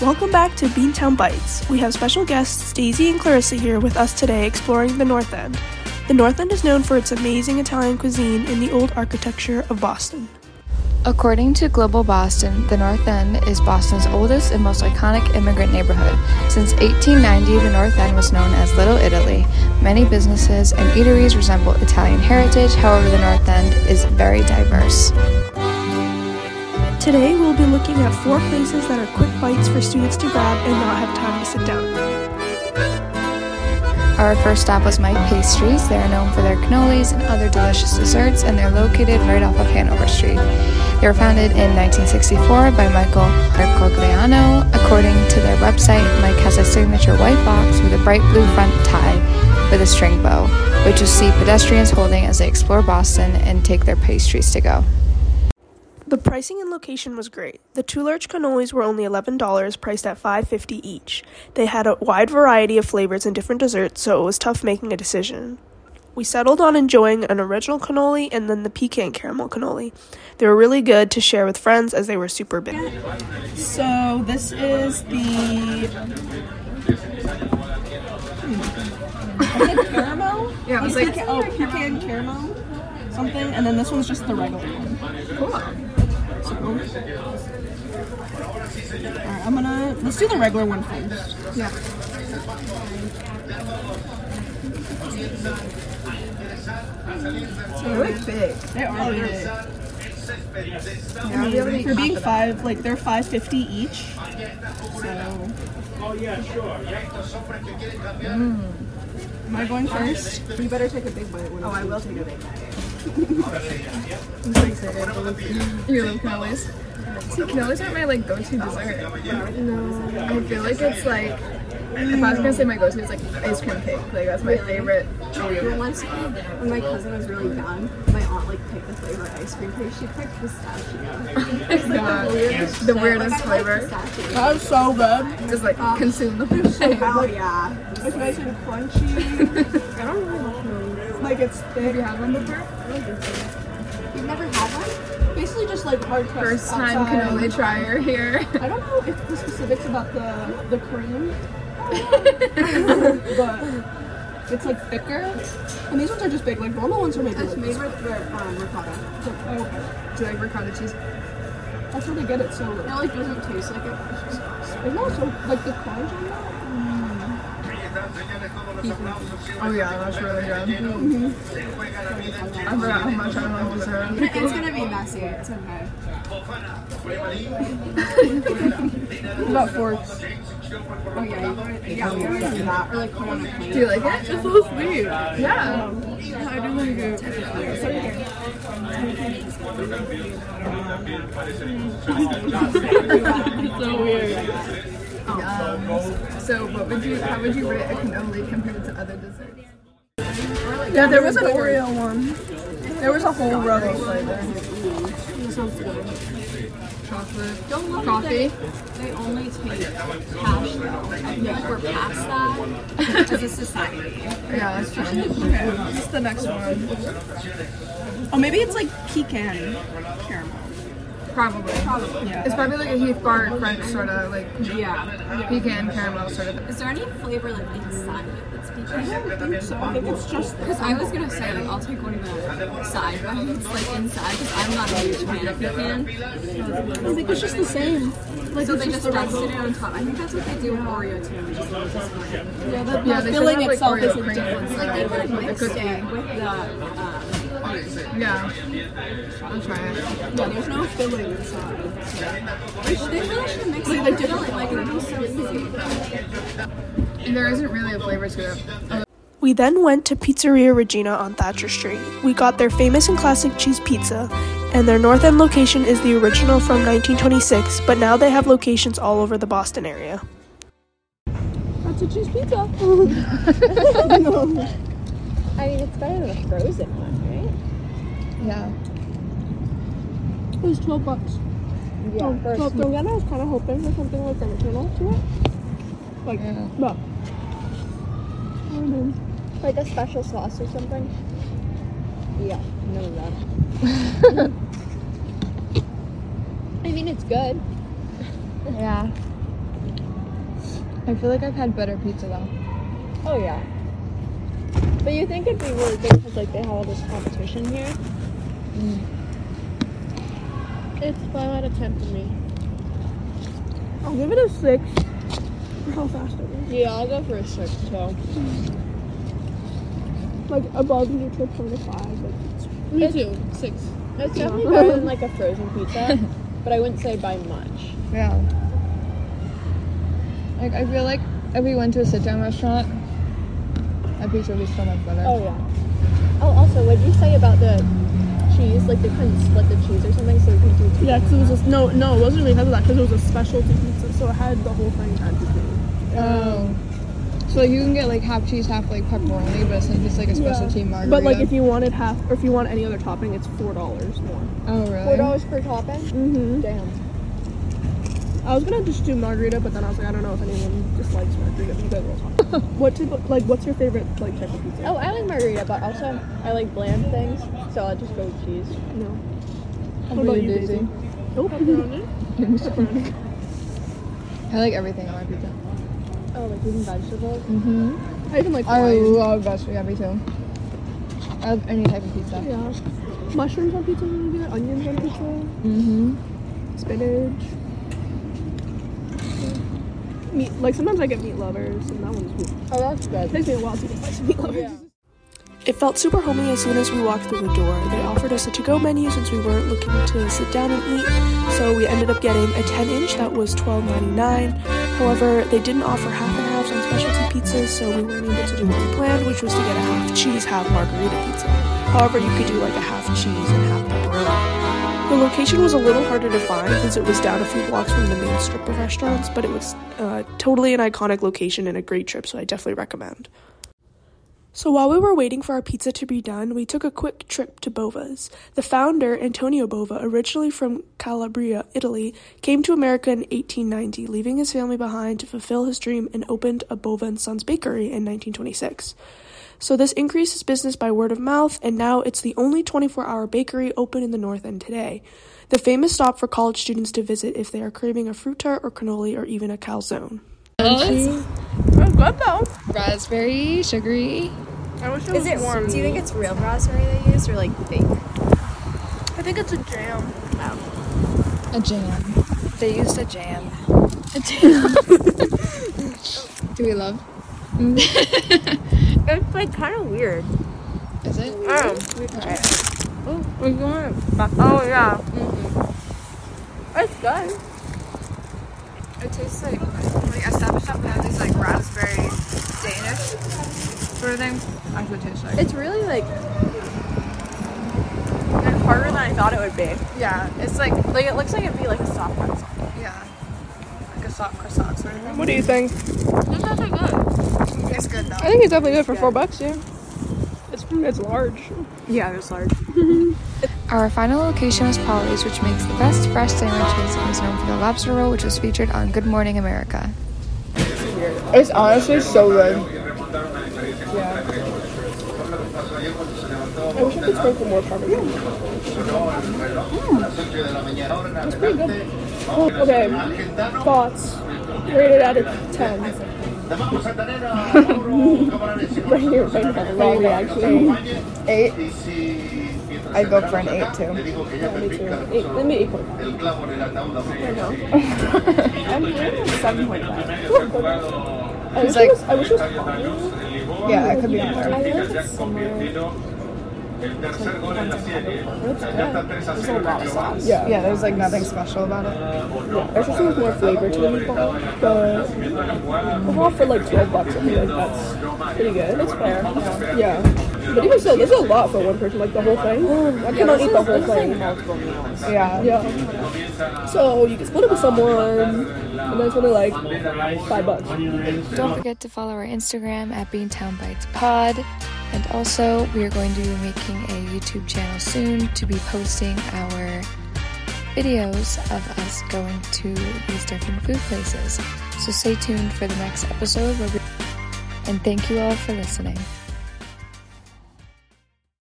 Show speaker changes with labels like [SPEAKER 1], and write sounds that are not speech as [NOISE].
[SPEAKER 1] Welcome back to Beantown Bites. We have special guests Daisy and Clarissa here with us today exploring the North End. The North End is known for its amazing Italian cuisine and the old architecture of Boston.
[SPEAKER 2] According to Global Boston, the North End is Boston's oldest and most iconic immigrant neighborhood. Since 1890, the North End was known as Little Italy. Many businesses and eateries resemble Italian heritage, however, the North End is very diverse.
[SPEAKER 1] Today, we'll be looking at four places that are quick bites for students to grab and not have time to sit down.
[SPEAKER 2] Our first stop was Mike Pastries. They are known for their cannolis and other delicious desserts, and they're located right off of Hanover Street. They were founded in 1964 by Michael Arcogliano. According to their website, Mike has a signature white box with a bright blue front tie with a string bow, which you'll see pedestrians holding as they explore Boston and take their pastries to go.
[SPEAKER 1] The pricing and location was great. The two large cannolis were only $11, priced at $5.50 each. They had a wide variety of flavors and different desserts, so it was tough making a decision. We settled on enjoying an original cannoli and then the pecan caramel cannoli. They were really good to share with friends as they were super big.
[SPEAKER 3] So this is the hmm, caramel. Yeah, it was like oh pecan caramel something, and then this one's just the regular one. Cool. So. um, Alright, I'm gonna let's do the regular one first.
[SPEAKER 4] Yeah. They're like big.
[SPEAKER 3] They are big.
[SPEAKER 4] Yeah, I'll be able to eat
[SPEAKER 3] For being
[SPEAKER 4] half of them.
[SPEAKER 3] five, like they're five fifty each. So. Am I going first?
[SPEAKER 4] You better take a big bite. Oh, I will take a big bite.
[SPEAKER 5] You love cannolis? See, cannolis aren't my like go-to dessert. No. I feel like it's like if I was gonna say my go-to is like ice cream cake. Like that's my favorite.
[SPEAKER 4] But once when my cousin was really young, my aunt like picked the flavor ice cream cake. She picked
[SPEAKER 3] [LAUGHS]
[SPEAKER 4] pistachio.
[SPEAKER 5] It's
[SPEAKER 4] The weirdest,
[SPEAKER 5] the
[SPEAKER 4] shit.
[SPEAKER 5] weirdest
[SPEAKER 4] Like, I
[SPEAKER 5] flavor.
[SPEAKER 4] Like pistachio.
[SPEAKER 3] That was so good.
[SPEAKER 5] Just like consume the whole
[SPEAKER 4] [LAUGHS]
[SPEAKER 5] thing.
[SPEAKER 4] Oh yeah.
[SPEAKER 3] It's nice and crunchy.
[SPEAKER 5] [LAUGHS]
[SPEAKER 4] I don't really like those.
[SPEAKER 3] like it's thick.
[SPEAKER 5] You had one before?
[SPEAKER 4] You've never had one?
[SPEAKER 3] Basically, just like hard crust.
[SPEAKER 5] First time
[SPEAKER 3] outside.
[SPEAKER 5] cannoli trier here.
[SPEAKER 3] I don't know if the specifics about the the cream, but it's like thicker. And these ones are just big. Like normal ones are maybe.
[SPEAKER 4] It's
[SPEAKER 3] Like
[SPEAKER 4] made
[SPEAKER 3] this.
[SPEAKER 4] with the, um, ricotta.
[SPEAKER 3] Oh, okay.
[SPEAKER 5] Do you like ricotta cheese?
[SPEAKER 3] That's where they get it. So
[SPEAKER 4] It
[SPEAKER 3] like,
[SPEAKER 4] like doesn't taste like it. It's just
[SPEAKER 3] it's not so like the crunch on that.
[SPEAKER 5] Oh yeah, that's really
[SPEAKER 3] Mm-hmm.
[SPEAKER 5] good. Mm-hmm. I forgot how much I love dessert.
[SPEAKER 4] [LAUGHS] It's gonna be messy. It's okay.
[SPEAKER 3] What [LAUGHS] about forks?
[SPEAKER 4] Oh yeah, you want to yeah, you want to do that or like put on a plate.
[SPEAKER 5] Do you like it? It's so sweet. Yeah.
[SPEAKER 3] So weird.
[SPEAKER 5] So what would you, how would you rate a cannoli compared to other desserts?
[SPEAKER 3] Yeah, there was an Oreo one. There was a whole row.
[SPEAKER 4] This one's good.
[SPEAKER 5] Chocolate.
[SPEAKER 4] Don't look
[SPEAKER 5] Coffee.
[SPEAKER 4] They, they only take cash though. I feel like we're past that
[SPEAKER 3] [LAUGHS]
[SPEAKER 4] as a society.
[SPEAKER 5] Yeah, that's true.
[SPEAKER 3] Okay, this is the next one. Oh, maybe it's like pecan caramel.
[SPEAKER 5] Probably. It's
[SPEAKER 3] Yeah.
[SPEAKER 5] probably like a Heath Bar French sort of like
[SPEAKER 4] Yeah.
[SPEAKER 5] pecan caramel sort of.
[SPEAKER 4] Is there any flavor like inside it that's pecan?
[SPEAKER 3] So I think it's just
[SPEAKER 4] Because I was gonna say like I'll take one of the side ones like inside because I'm not a huge fan of pecan.
[SPEAKER 3] I think it's just the same. Like
[SPEAKER 4] So
[SPEAKER 3] it's
[SPEAKER 4] they
[SPEAKER 3] just
[SPEAKER 4] just
[SPEAKER 3] the
[SPEAKER 4] dusted
[SPEAKER 3] regular.
[SPEAKER 4] it on top. I think that's what they do with Oreo too. which is like just like-
[SPEAKER 3] Yeah, the,
[SPEAKER 5] Yeah,
[SPEAKER 3] the
[SPEAKER 5] they should
[SPEAKER 3] filling
[SPEAKER 5] have, like,
[SPEAKER 3] itself
[SPEAKER 5] Oreo
[SPEAKER 3] is
[SPEAKER 5] cream.
[SPEAKER 3] ridiculous.
[SPEAKER 4] Like they would
[SPEAKER 5] The
[SPEAKER 4] mix
[SPEAKER 5] cookie.
[SPEAKER 4] it with the. Um,
[SPEAKER 5] Yeah. I'll try it.
[SPEAKER 3] Yeah, there's no filling inside.
[SPEAKER 4] they really should mix it with the filling. Like it would be so easy.
[SPEAKER 5] And there isn't really a flavor to it.
[SPEAKER 1] We then went to Pizzeria Regina on Thatcher Street. We got their famous and classic cheese pizza, and their North End location is the original from 1926, but now they have locations all over the Boston area.
[SPEAKER 3] That's a cheese [LAUGHS]
[SPEAKER 4] [LAUGHS]
[SPEAKER 3] pizza.
[SPEAKER 4] I mean, it's better than a frozen one, right?
[SPEAKER 5] Yeah.
[SPEAKER 3] It was 12 bucks. Oh,
[SPEAKER 4] Yeah.
[SPEAKER 3] Well, so then I was kind of hoping for something like original to it. Like, no. I don't know.
[SPEAKER 4] Like a special sauce or something? Yeah, none of that.
[SPEAKER 3] [LAUGHS]
[SPEAKER 4] I mean, it's good.
[SPEAKER 5] Yeah. I feel like I've had better pizza though.
[SPEAKER 6] Oh yeah. But you think it'd be really good because like they have all this competition here. Mm. It's five out of ten for me.
[SPEAKER 3] I'll give it a six. How fast it was.
[SPEAKER 6] Yeah, I'll go for a six too.
[SPEAKER 3] Like above neutral point of five. Like,
[SPEAKER 6] Me too. Six. It's definitely better
[SPEAKER 3] [LAUGHS]
[SPEAKER 6] than like a frozen pizza, but I wouldn't say by much.
[SPEAKER 5] Yeah. Like I feel like if we went to a sit-down restaurant, a pizza would be so much better.
[SPEAKER 6] Oh yeah. Oh, also, what'd you say about the cheese? Like they couldn't split the cheese or something, so we could do two.
[SPEAKER 3] yeah, because it was a, no, no, it wasn't really because of that. Because it was a specialty pizza, so it had the whole thing had pepperoni.
[SPEAKER 5] Oh. So like you can get like half cheese, half like pepperoni, but it's like just like a specialty margarita.
[SPEAKER 3] But like if you wanted half, or if you want any other topping, it's four dollars more.
[SPEAKER 5] oh really?
[SPEAKER 6] Four dollars per topping.
[SPEAKER 3] Mm-hmm.
[SPEAKER 6] Damn.
[SPEAKER 3] I was gonna just do margarita, but then I was like, I don't know if anyone dislikes margarita. But you guys will
[SPEAKER 6] [LAUGHS]
[SPEAKER 3] talk. what type of, like what's your favorite like type of pizza?
[SPEAKER 6] Oh, I like margarita, but also I like bland things, so I'll just go with cheese.
[SPEAKER 3] No.
[SPEAKER 5] I'm
[SPEAKER 3] What about
[SPEAKER 5] really
[SPEAKER 3] you,
[SPEAKER 5] dizzy.
[SPEAKER 3] Daisy?
[SPEAKER 5] I like everything on my pizza.
[SPEAKER 6] Oh, like even vegetables.
[SPEAKER 3] [LAUGHS]
[SPEAKER 5] Mm-hmm.
[SPEAKER 3] I even like
[SPEAKER 5] I
[SPEAKER 3] Hawaiian.
[SPEAKER 5] love vegetable. Yeah, me too. I love any type of pizza.
[SPEAKER 3] Yeah. Mushrooms on pizza would be good. Onions on pizza.
[SPEAKER 5] Mm-hmm.
[SPEAKER 3] Spinach. Meat. Like sometimes I get meat lovers, and that one's weird.
[SPEAKER 6] Oh, that's good.
[SPEAKER 3] It takes me a while to get spicy meat lovers.
[SPEAKER 6] Yeah.
[SPEAKER 1] It felt super homey as soon as we walked through the door. They offered us a to go menu since we weren't looking to sit down and eat, so we ended up getting a 10 inch that was $12.99. However, they didn't offer half and halves on specialty pizzas, so we weren't able to do what we planned, which was to get a half cheese, half margarita pizza. However, you could do like a half cheese and half pepperoni. The location was a little harder to find since it was down a few blocks from the main strip of restaurants, but it was uh, totally an iconic location and a great trip, so I definitely recommend. So while we were waiting for our pizza to be done, we took a quick trip to Bova's. The founder, Antonio Bova, originally from Calabria, Italy, came to America in 1890, leaving his family behind to fulfill his dream and opened a Bova and Sons bakery in 1926. So this increased his business by word of mouth, and now it's the only 24-hour bakery open in the North End today. The famous stop for college students to visit if they are craving a fruit tart or cannoli or even a calzone.
[SPEAKER 3] good though.
[SPEAKER 5] Raspberry, sugary.
[SPEAKER 3] I wish it
[SPEAKER 4] Is it warm? Do you think it's real raspberry they use or like fake?
[SPEAKER 3] I think it's a jam.
[SPEAKER 5] A jam.
[SPEAKER 2] They used a jam.
[SPEAKER 5] [LAUGHS] Do we love?
[SPEAKER 2] Mm-hmm. [LAUGHS]
[SPEAKER 6] It's like kind of weird.
[SPEAKER 5] Is it?
[SPEAKER 6] We're going back. Oh yeah. It's good.
[SPEAKER 5] It tastes like like established shop has these like raspberry Danish sort of thing. That's what it tastes like.
[SPEAKER 6] It's really like harder than I thought it would be.
[SPEAKER 5] yeah, it's like
[SPEAKER 6] Like it looks like it'd be like a soft pretzel.
[SPEAKER 5] yeah, like a soft croissant sort of thing.
[SPEAKER 3] What do you think?
[SPEAKER 6] It's actually good.
[SPEAKER 5] It's good though.
[SPEAKER 3] I think it's definitely good for four bucks. Yeah. It's it's large.
[SPEAKER 6] Yeah, it was large.
[SPEAKER 2] Our final location was Polly's, which makes the best fresh sandwiches and is known for the lobster roll, which was featured on Good Morning America.
[SPEAKER 5] It's honestly so good.
[SPEAKER 3] I wish I could sprinkle more parmesan. That's pretty good. Okay, thoughts. Rated out of 10. right here, right now. Wrong reaction.
[SPEAKER 5] Eight. I go for an eight too.
[SPEAKER 3] Me too. Eight, let me equal that.
[SPEAKER 4] I'm rating like seven point five.
[SPEAKER 3] I wish,
[SPEAKER 5] like-
[SPEAKER 3] it was, I wish it was popular.
[SPEAKER 5] Yeah, it could be higher.
[SPEAKER 4] I feel like it's similar. It's good. There's a lot of sauce.
[SPEAKER 5] Yeah. Yeah, there's like nothing special about it.
[SPEAKER 3] There's just like more flavor to the meatball. But overall, for like 12 bucks, I feel like that's pretty good. That's fair. Yeah. But even so, there's a lot for one person, like the whole thing. I cannot eat the whole thing.
[SPEAKER 5] Yeah.
[SPEAKER 3] Yeah. So you can split it with someone, and that's only like five bucks.
[SPEAKER 2] Don't forget to follow our Instagram at Beantown Bites Pod. And also, we are going to be making a YouTube channel soon to be posting our videos of us going to these different food places. So stay tuned for the next episode. Where we- and thank you all for listening.